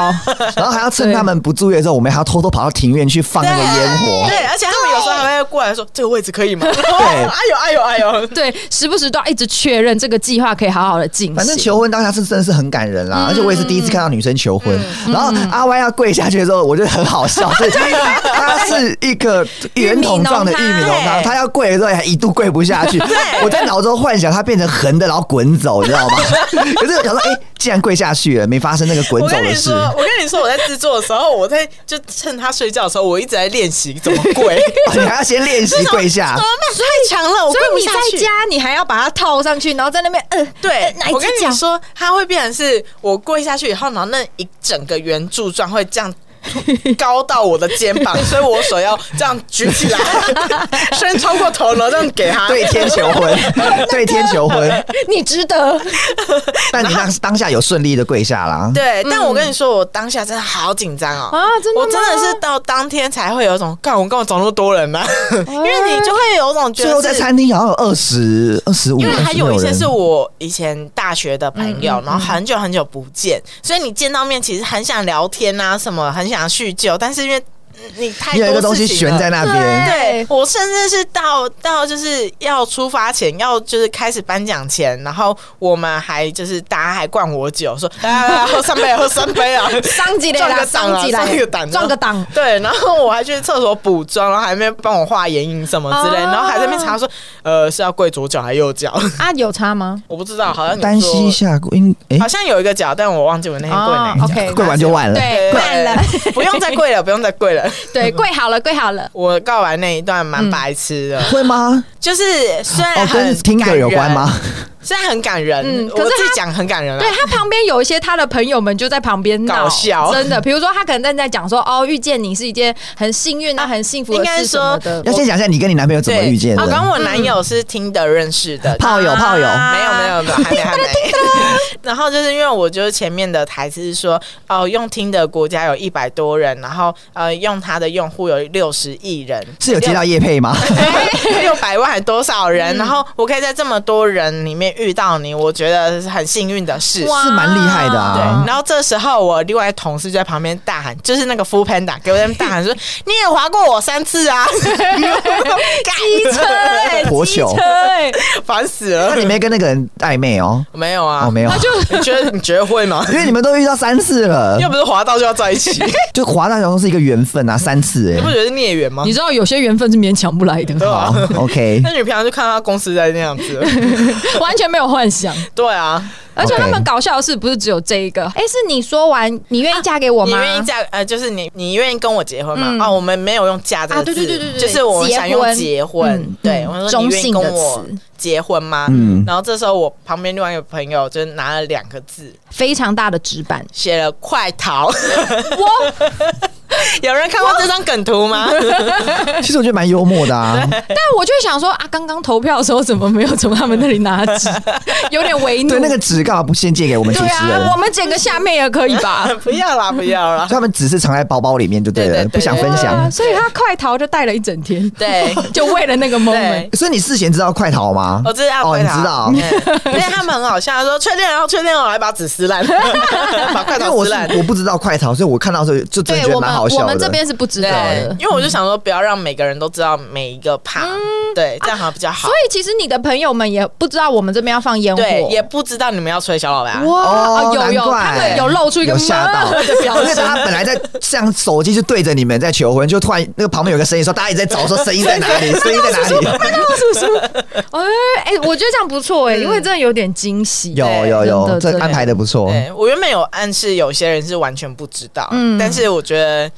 然后还要趁他们不注意的时候，我们还要偷偷跑到庭院去放那个烟火。对，而且他们有时候还会过来说：“这个位置可以吗？” *laughs* 对哎呦哎呦哎呦！对，时不时都要一直确认这个计划可以好好的进行。反正求婚当下是真的是很感人啦，而且我也是第一次看到女生求婚。然后阿歪要跪下去的时候，我觉得很好 *laughs* 笑，是它是一个圆筒状的玉米浓汤，对他要跪的时候还一度跪不下 *laughs* 去。我在脑中幻想它变成横的，然后滚走，你知 *laughs* 道吗？可是我想说，哎、既然跪下去了，没发生那个滚我走跟的你事说。，我跟你说，我在制作的时候，我在就趁他睡觉的时候，我一直在练习 *laughs* 怎么跪。你还要先练习跪下 *laughs* 怎么，办？太强了，我所跪不以你下在去。家，你还要把它套上去，然后在那边呃，呃对哪，一我跟只脚你说，它会变成是我跪下去以后，然后那一整个圆柱状会这样。 *laughs* 高到我的肩 *laughs* 膀，所以我手要这样举起来，先超过头，然后这样给他。对天求 *laughs* 婚，对天求婚。 *laughs* 你值得。但你当当下有顺利的跪下啦，对，但我跟你说，我当下真的好紧张哦！嗯啊真的吗我真的是到当天才会有一种，干我干嘛找那么多人啊呢、 *laughs* 因为你就会有一种觉最后得在是。餐厅好像有二十二十五，因为还有一些人嗯是我以前大学的朋友，然后很久很久不见，所以你见到面其实很想聊天啊，什么很想叙旧，但是因为嗯你太你有一个东多西事情悬了。在那对边，对我甚至是到到就是要出发前，要就是开始颁奖前，然后我们还就是大家还灌我酒，说 *laughs* 来来来喝三杯啊，喝三杯啊， *laughs* 上几来撞啦，个档上啊，几来，撞个档，撞个档。对，然后我还去厕所补妆，然后还没帮我画眼影什么之类，哦啊然后还在那边查说，呃，是要跪左脚还是右脚？ *laughs* 啊，有差吗？我不知道，好像你单说膝下跪，应哎好像有一个脚，但我忘记我那天跪哪一哦脚。 ，OK，跪完就完了。对，慢了，对，不用再跪了，不用再跪了。对，跪好了，跪好了。我告白那一段蛮白痴的，会吗？ *laughs* 就是虽然哦，很跟 Tinder 有关吗感人？？虽然很感人，嗯可是我自己他讲很感人啊对。他旁边有一些他的朋友们就在旁边闹搞笑真的。比如说他可能正在讲说，哦，遇见你是一件很幸运啊、很幸福的应该事说什么的。哦要先讲一下你跟你男朋友怎么遇见我的。跟哦我男友是听的认识的，炮友，炮没友，有没有没有，还没还没。 *laughs* 然后就是因为我就是前面的台词是说，哦、用听的国家有一百多人，然后呃，用他的用户有六十亿人，是有接到叶配吗？哦 *laughs* 六百万还多少人？然后我可以在这么多人里面遇到你，我觉得是很幸运的事。哇是 *laughs* 蛮厉害的对啊，然后这时候我另外同事就在旁边大喊，就是那个 f o o Panda 给我在那边大喊说：“你也划过我三次啊！” *laughs* 机车哎， *laughs* 婆机球车哎，烦死那了。你没跟那个人暧昧哦？没有啊，哦，没有，你觉得你觉得会 *laughs* 吗？因为你们都遇到三次了，又不是滑到就要在一起，你就华大小中是一个缘分啊，三次不哎。觉得是孽缘吗你？知道有些缘分是勉强不来的，对好吧？哦 *laughs* ，OK，那你平常就看到他公司在那样子， *laughs* 完全没有幻想。对啊， *laughs* 而且 OK 他们搞笑的事不是只有这一个？哎、是你说完你愿意嫁给我你吗？愿意嫁呃，就是你你愿意跟我结婚吗？嗯啊，我们没有用嫁这个啊对字对对对对就是我们想用结结婚婚。嗯对，嗯我们说你愿意跟我中性的词结婚吗？嗯然后这时候我旁边另外一个朋友就拿了两个字，非常大的纸板，写了快逃。 *laughs* 我有人看过这张梗图 *laughs* 吗？其实我觉得蛮幽默的 *laughs* 啊。但我就想说啊，刚刚投票的时候怎么没有从他们那里拿 *laughs* 纸，有点为对，难。那个纸干嘛不先借给我们主对持人？啊，我们剪个下面也可以吧？ *laughs* 不要啦，不要 *laughs* 啦。他们只是藏在包包里面就对对对了，对不想分对啊享。所以他快逃就带了一整 *laughs* 天，对。就为了那个 moment 对。所以你事先知道快逃吗？我知道，哦，快你逃知道。 *laughs* 对因为他们很好笑，他说确定了，确定了，我来把纸撕烂， *laughs* 把快因逃为哎我撕是烂。我不知道快逃，所以我看到的时候就真的觉得我们蛮好我笑们这的。边是不知道对的，嗯因。为我就想说，不要让每个人都知道每一个怕，对，这样好像比较好所。以其实你的朋友们也不知道我们这边要放烟火，对，也不知道你们要吹小老板。啊哇，哦哦有难有，怪他们有露出一个有吓到妈的表因为 *laughs* 情。大家本来在像手机就对着你们在求婚，就突然那个旁边有个声音说，大家一直在找说声音在哪里，声音在哪里？哎哎，我觉得这样不错哎，因为真的有点惊喜。嗯有有真有，的这真的安排的不错。对我原本有暗示有些人是完全不知道，嗯但是我觉得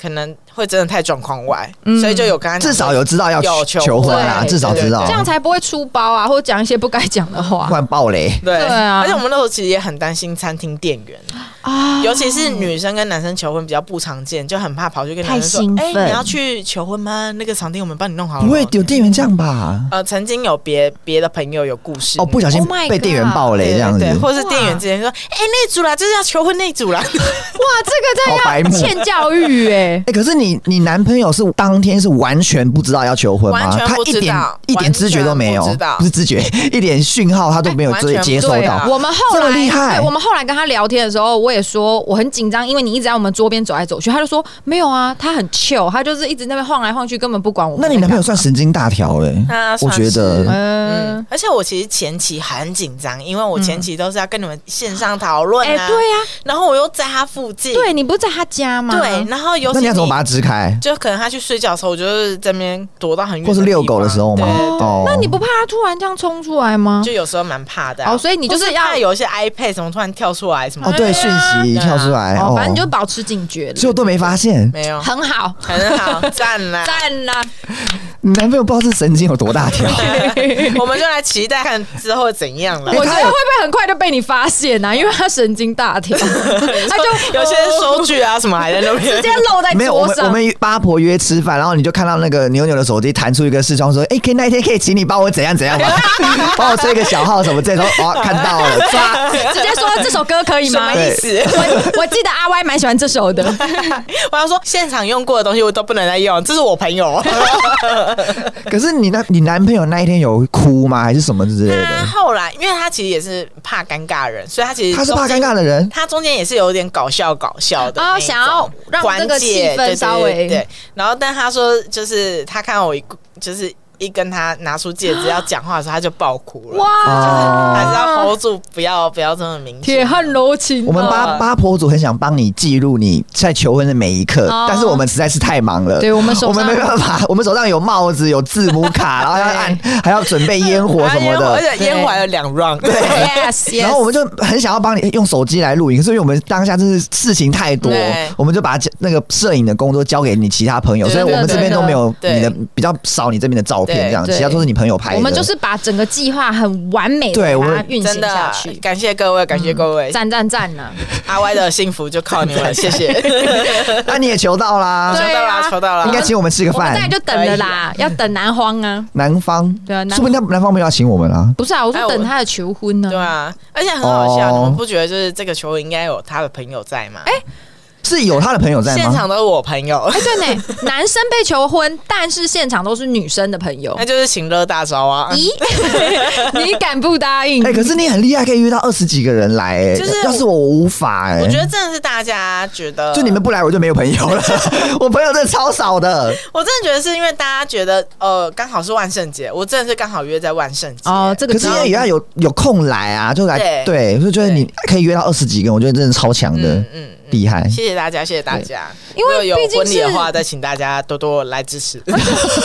可能会真的太状况外，嗯所以就有刚刚至少有知道要有求求婚啦，婚至少知道，这样才不会出包啊，或者讲一些不该讲的话不然爆雷。对对啊而且我们那时候其实也很担心餐厅店员，啊。尤其是女生跟男生求婚比较不常见，就很怕跑去跟男太生兴说：“哎、奋你要去求婚吗？那个场地我们帮你弄好了。”不会有店员这样吧？呃，曾经有别别的朋友有故事哦，不小心 Oh my 被店员 God 爆雷对这样子对，，或是店员之前说：“哎、那组啦，就是要求婚那组啦。哇，这好白个目真的要欠教 *laughs* 育哎。哎、可是你你男朋友是当天是完全不知道要求婚吗？完全他不一知点道一点知觉都没有，完全不知道是知觉，一点讯号他都没有哎完接全接收对到。啊我们后这么来，厉害对，我们后来跟他聊天的时候，我也说我很紧张，因为你一直在我们桌边走来走去，他就说没有啊，他很 chill，他就是一直在那边晃来晃去，根本不管我们那在干嘛。你男朋友算神经大条哎、他我算觉得是嗯嗯，，而且我其实前期很紧张，因为我前期都是要跟你们线上讨论哎、啊，对呀、然后我又在他附近，对你不是在他家吗？嗯对，然后尤其那你要怎么把他支开？就可能他去睡觉的时候，我就是这边躲到很远，或是遛狗的时候吗？对哦，那你不怕他突然这样冲出来吗？就有时候蛮怕的啊、哦，所以你就是或要怕有一些 iPad 什么突然跳出来什么哦的，对，讯息对啊跳出来哦哦，，反正你就保持警觉所以了，我都没发现。没有， *laughs* 很好，很好，赞啊啦！ *laughs* 赞啦！你男朋友不知道是神经有多大条，我们就来期待看之后怎样了哎。我觉他得会有不会很快就被你发现啊？因为他神经大 *laughs* 条，他 *laughs* 就有些收据啊什么还在那 *laughs* 边直，接露在没有我桌们上。我们八婆约吃饭，然后你就看到那个牛牛的手机弹出一个视窗说，哎、可以那一天可以请你帮我怎样怎样吗？ *laughs* 帮我吹个小号什么这种，哦，看到了，抓。 *laughs* 直接说这首歌可以什吗么？意思？我记得阿 Y 蛮喜欢这首的，我要说现场用过的东西我都不能再用，这是我朋 *laughs* 友。可是你那，你男朋友那一天有哭吗？还是什么之类他的？后来，因为他其实也是怕尴尬的人，所以他其实他是怕中间尴尬的人，他中间也是有点搞笑搞笑的哦那一种想要让缓这个解气氛对对稍微对对然后，但他说就是他看到我一就是一跟他拿出戒指要讲话的时候，他就爆哭了。哇！哦还是要 hold 住，不要不要这么明显。铁汉柔情啊。我们八八婆组很想帮你记录你在求婚的每一刻，哦但是我们实在是太忙了。对我们手我上们没办法， *laughs* 我们手上有帽子，有字母 *laughs* 卡，然后要按，还要准备烟火啊什么烟火而的。且烟火还有两 round。 yes，然后我们就很想要帮你用手机来录影，可是因为我们当下真是事情太多对，我们就把那个摄影的工作交给你其他朋友，对所以我们这边都没有对对你的比较少你这边的照片，对这样对其他都是你朋友拍的。我们就是把整个计划很完美对的我把它们运行真下的去，。嗯感谢各位，感谢各位，赞赞赞啊呐！阿歪的幸福就靠你 *laughs* 们，谢 *laughs* 谢。那你也求到啦，求对到啊啦，求到啦，应该请我们吃个我们饭再。就等了啦，要等男荒啊！南方，对啊南说不定南南方没有要请我们啊。不是啊，我说哎等我他的求婚呢对。啊，而且很好笑，嗯哦你们不觉得就是这个球应该有他的朋友在吗？哎，是有他的朋友在现吗？哦场都是我朋友，哎，对呢， *laughs* 男生被求婚，但是现场都是女生的朋友那。就是请乐大招啊。咦， *laughs* 你敢不答应？哎、可是你很厉害，可以约到二十几个人来、哎，就是要是我，我无法、哎，我觉得真的是大家觉得，就你们，不来，我就没有朋 *laughs* 友了。我朋友真的超少的，我真的觉得是因为大家觉得，呃，刚好是万圣节，我真的是刚好约在万圣节。哦，这个可是也要有有空来啊，就来对，所以觉得你可以约到二十几个人，我觉得真的超强的嗯，嗯，嗯厉、害。谢谢大家，谢谢大家。因为如果毕有竟婚礼的是话，再请大家多多来支持。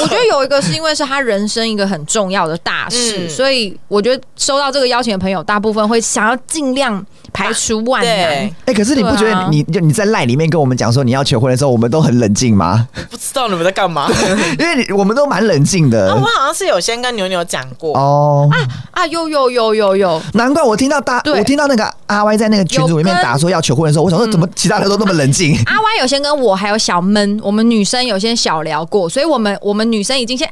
我觉得有一个是因为是他人生一个很重要的大事，嗯所以我觉得收到这个邀请的朋友，大部分会想要尽量排除万对难。，哎、可是你不觉对得啊你就你在赖里面跟我们讲说你要求婚的时候，我们都很冷 *laughs* 静吗？ *laughs* 不知道你们在干嘛？啊，因为你我们都蛮冷静 *laughs* 的我好像是有先跟牛牛讲过，哦。啊，有有有有有，难怪我听到大，对我听到那个阿 Y 在那个群组里面有跟打说要求婚的时候，我想嗯说怎么其他人都那么冷静？阿歪有先跟我还有小闷，我们女生有先小聊过，所以我们我们女生已经先啊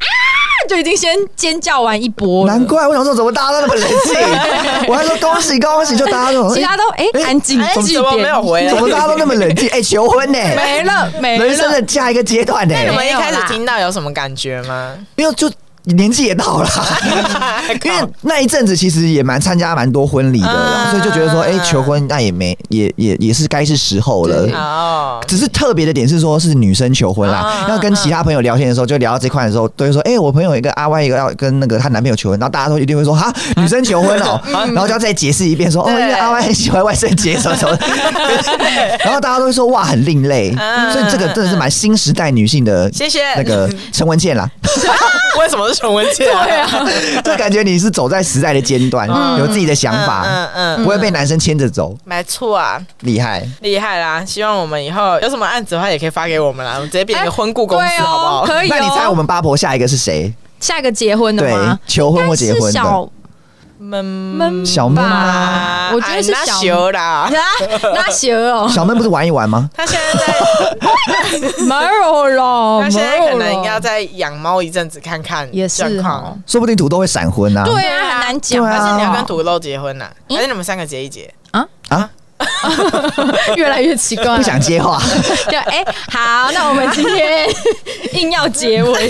就已经先尖叫完一波了难，怪我想说怎么大家都那么冷静，我还说恭喜恭喜，就大家都其他都哎、哎安静，哎祭怎么奠没有回来怎么大家都那么冷静？哎、求婚呢、没了没人生了。的下一个阶段呢、那你们一没有开始啦听到有什么感觉吗？没有就年纪也 *laughs* 到了， *laughs* *laughs* 因为那一阵子其实也蛮参加蛮多婚礼的啦，嗯所以就觉得说，哎、求婚那也没也也也是该是时候了对。哦，只是特别的点是说，是女生求婚啦嗯。嗯要跟其他朋友聊天的时候，就聊到这块的时候，都会说：“哎、我朋友有一个阿 Y 一个要跟那个她男朋友求婚。”然后大家都一定会说：“哈，女生求婚哦。”然后就要再解释一遍说：“哦，因嗯对为阿 Y 很喜欢万圣节什么 *laughs* 什么。”然后大家都会说：“哇，很另类。”嗯所以这个真的是蛮新时代女性的谢谢那个陈文茜啦。 *laughs* 为什么是陈文茜？对啊，就感觉你是走在时代的尖端，有自己的想法，嗯嗯嗯，不会被男生牵着走，没错啊，厉害。厉害啦！希望我们以后有什么案子的话，也可以发给我们啦，我们直接变一个婚顾公司，哎对哦好不好？可以、哦。那你猜我们八婆下一个是谁？下一个结婚的对吗？，求婚或结但是婚的，小闷闷小闷吧啊吗嗯哎啊我觉得是小修 *laughs* 啦。那邪 *laughs* 了，小哦闷不是玩一玩吗？他现在在， *laughs* 没有了，他现在没有可能了要再养猫一阵子，看看哦也是状哦况。说不定土豆会闪婚啊！对啊，很难讲。对啊还是你要跟土豆结婚呐？嗯还是你们三个结一结？ *laughs* 啊，越来越奇啊怪。不想 *laughs* 接话，对，哎、好，那我们今天硬要 *laughs* 结尾，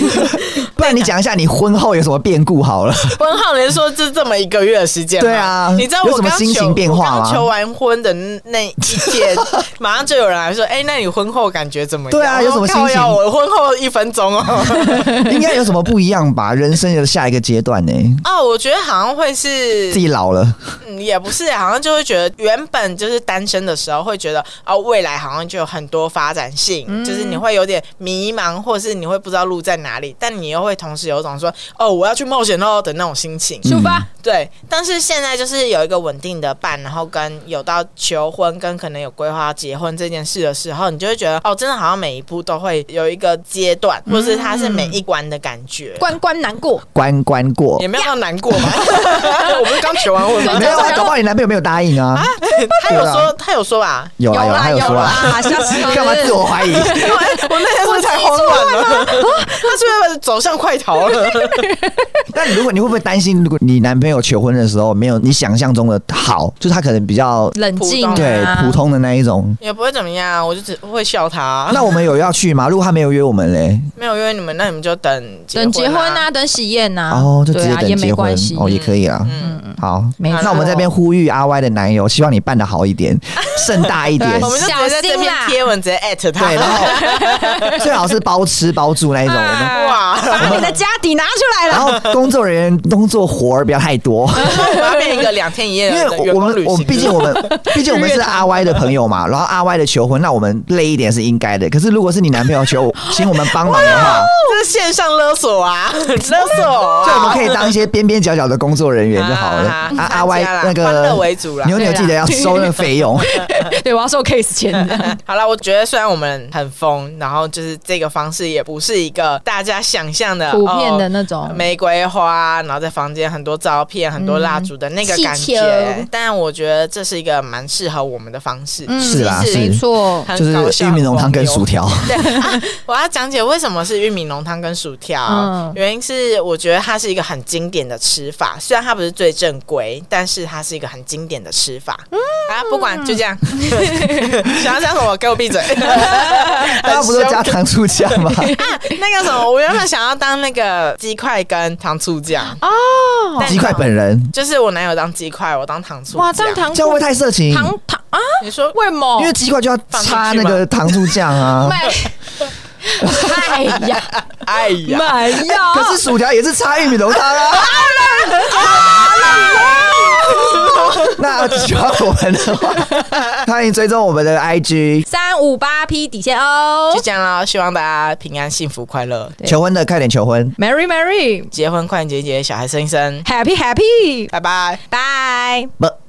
不然你讲一下你婚后有什么变故好了。婚后你是说这这么一个月的时间吗？对啊你知道有我什么刚心情求变化吗我刚求完婚的那一 *laughs* 天，马上就有人来说：“哎，那你婚后感觉怎么样？”对啊有什么心情我说靠呀我婚后一分钟 *laughs* 哦。应该有什么不一样吧？人生的下一个阶 *laughs* 段呢、哦，我觉得好像会是自己老了，嗯，也不是，好像就会觉得原本就是单身的时候，会觉得哦，未来好像就有很多发展性，嗯就是你会有点迷茫，或是你会不知道路在哪里，但你又会同时有种说哦，我要去冒险喽的那种心情。出发。对，但是现在就是有一个稳定的伴，然后跟有到求婚，跟可能有规划结婚这件事的时候，你就会觉得哦，真的好像每一步都会有一个阶段，或是它是每一关的感觉。关关难过，关关过也。没有到难过吧？我不是刚求完婚吗没？有啊，搞不好你男朋友没有答应啊。他有说，他有说吧？有啊有啊，他有说啊。啦，下次干嘛自我 *laughs* 怀疑？我那天是不是太慌乱了？ *laughs* 他是不是走向快逃了？但如果你会不会担心，如果你男朋友求婚的时候没有你想象中的好，就是他可能比较冷静、啊，对普。通的那一种。 *laughs* 也不会怎么样，啊我就只会笑他。啊那我们有要去吗？如果他没有约我们嘞，没有因为你们，那你们就等等结婚啊。啊，等喜宴啊，哦，就直对接啊，也等没结婚关系。哦，也可以啊。嗯，好，没错那我们这边呼吁阿 Y 的男友，希望你办的好一 *laughs* 点，盛大一点对啊我，们就直接在这小心篇啦贴文直接艾特他对，。然后 *laughs* 最好是包吃包住那一种。哦啊有没有啊哎哇，把你的家底拿出来然了，后工作人员工作活儿不要太多， *laughs* 我要变一 *laughs* 个两天一夜因为的啊员我我工们旅我行。们毕竟 *laughs* 我们毕竟我们是阿 Y 的朋友嘛，然后阿 Y 的求婚，那我们累一点是应该的。可是如果是你男朋 *laughs* 友求请我们帮忙的话，这是线上勒索 *laughs* 啊，勒就 *laughs* 索。我们可以当一些边边角角的工作人员就好了。啊啊，阿大 Y 家啦那欢乐个为主啦啊牛牛对啦记得要收那个费用，对，我要收 case 钱的。好了，我觉得虽然我们很疯，然后就是这个方式也不是一个大家想象的普遍哦的嗯那种，玫瑰花，然后在房间很多照片、很多蜡烛的那个感气觉球。但我觉得这是一个蛮适合我们的方式，嗯是啦其实是没错，很就搞是笑玉米浓汤跟薯。条。 *laughs* 很荒谬对、啊，我要讲解为什么是玉米浓汤跟薯条。嗯原因是我觉得它是一个很经典的吃法，虽然它不是最正规，但是它是一个很经典的吃法。啊，不管就这样，想要讲什么给我闭嘴。大家不都加糖醋酱 *laughs* 吗？啊那个什么，我原本想要当那个鸡块跟糖醋酱哦，但鸡块本人，就是我男友当鸡块，我当糖醋哇，这酱样糖这样会不会太色情？糖糖啊，你说为毛因为？鸡块就要擦那个糖醋酱 *laughs* 啊。卖， *laughs* 哎呀，哎呀，哎呀，啊可是薯条也是擦玉米浓汤 *laughs* 啊。 *laughs* 那喜欢我们的话，欢迎追踪我们的 IG。三五八 P 底线哦就这样啦，希望大家平安、幸福、快乐，对求婚的快点求婚。 ，Merry Merry，Happy 结婚快点结一结，小孩生一生， Happy，拜拜。拜。不。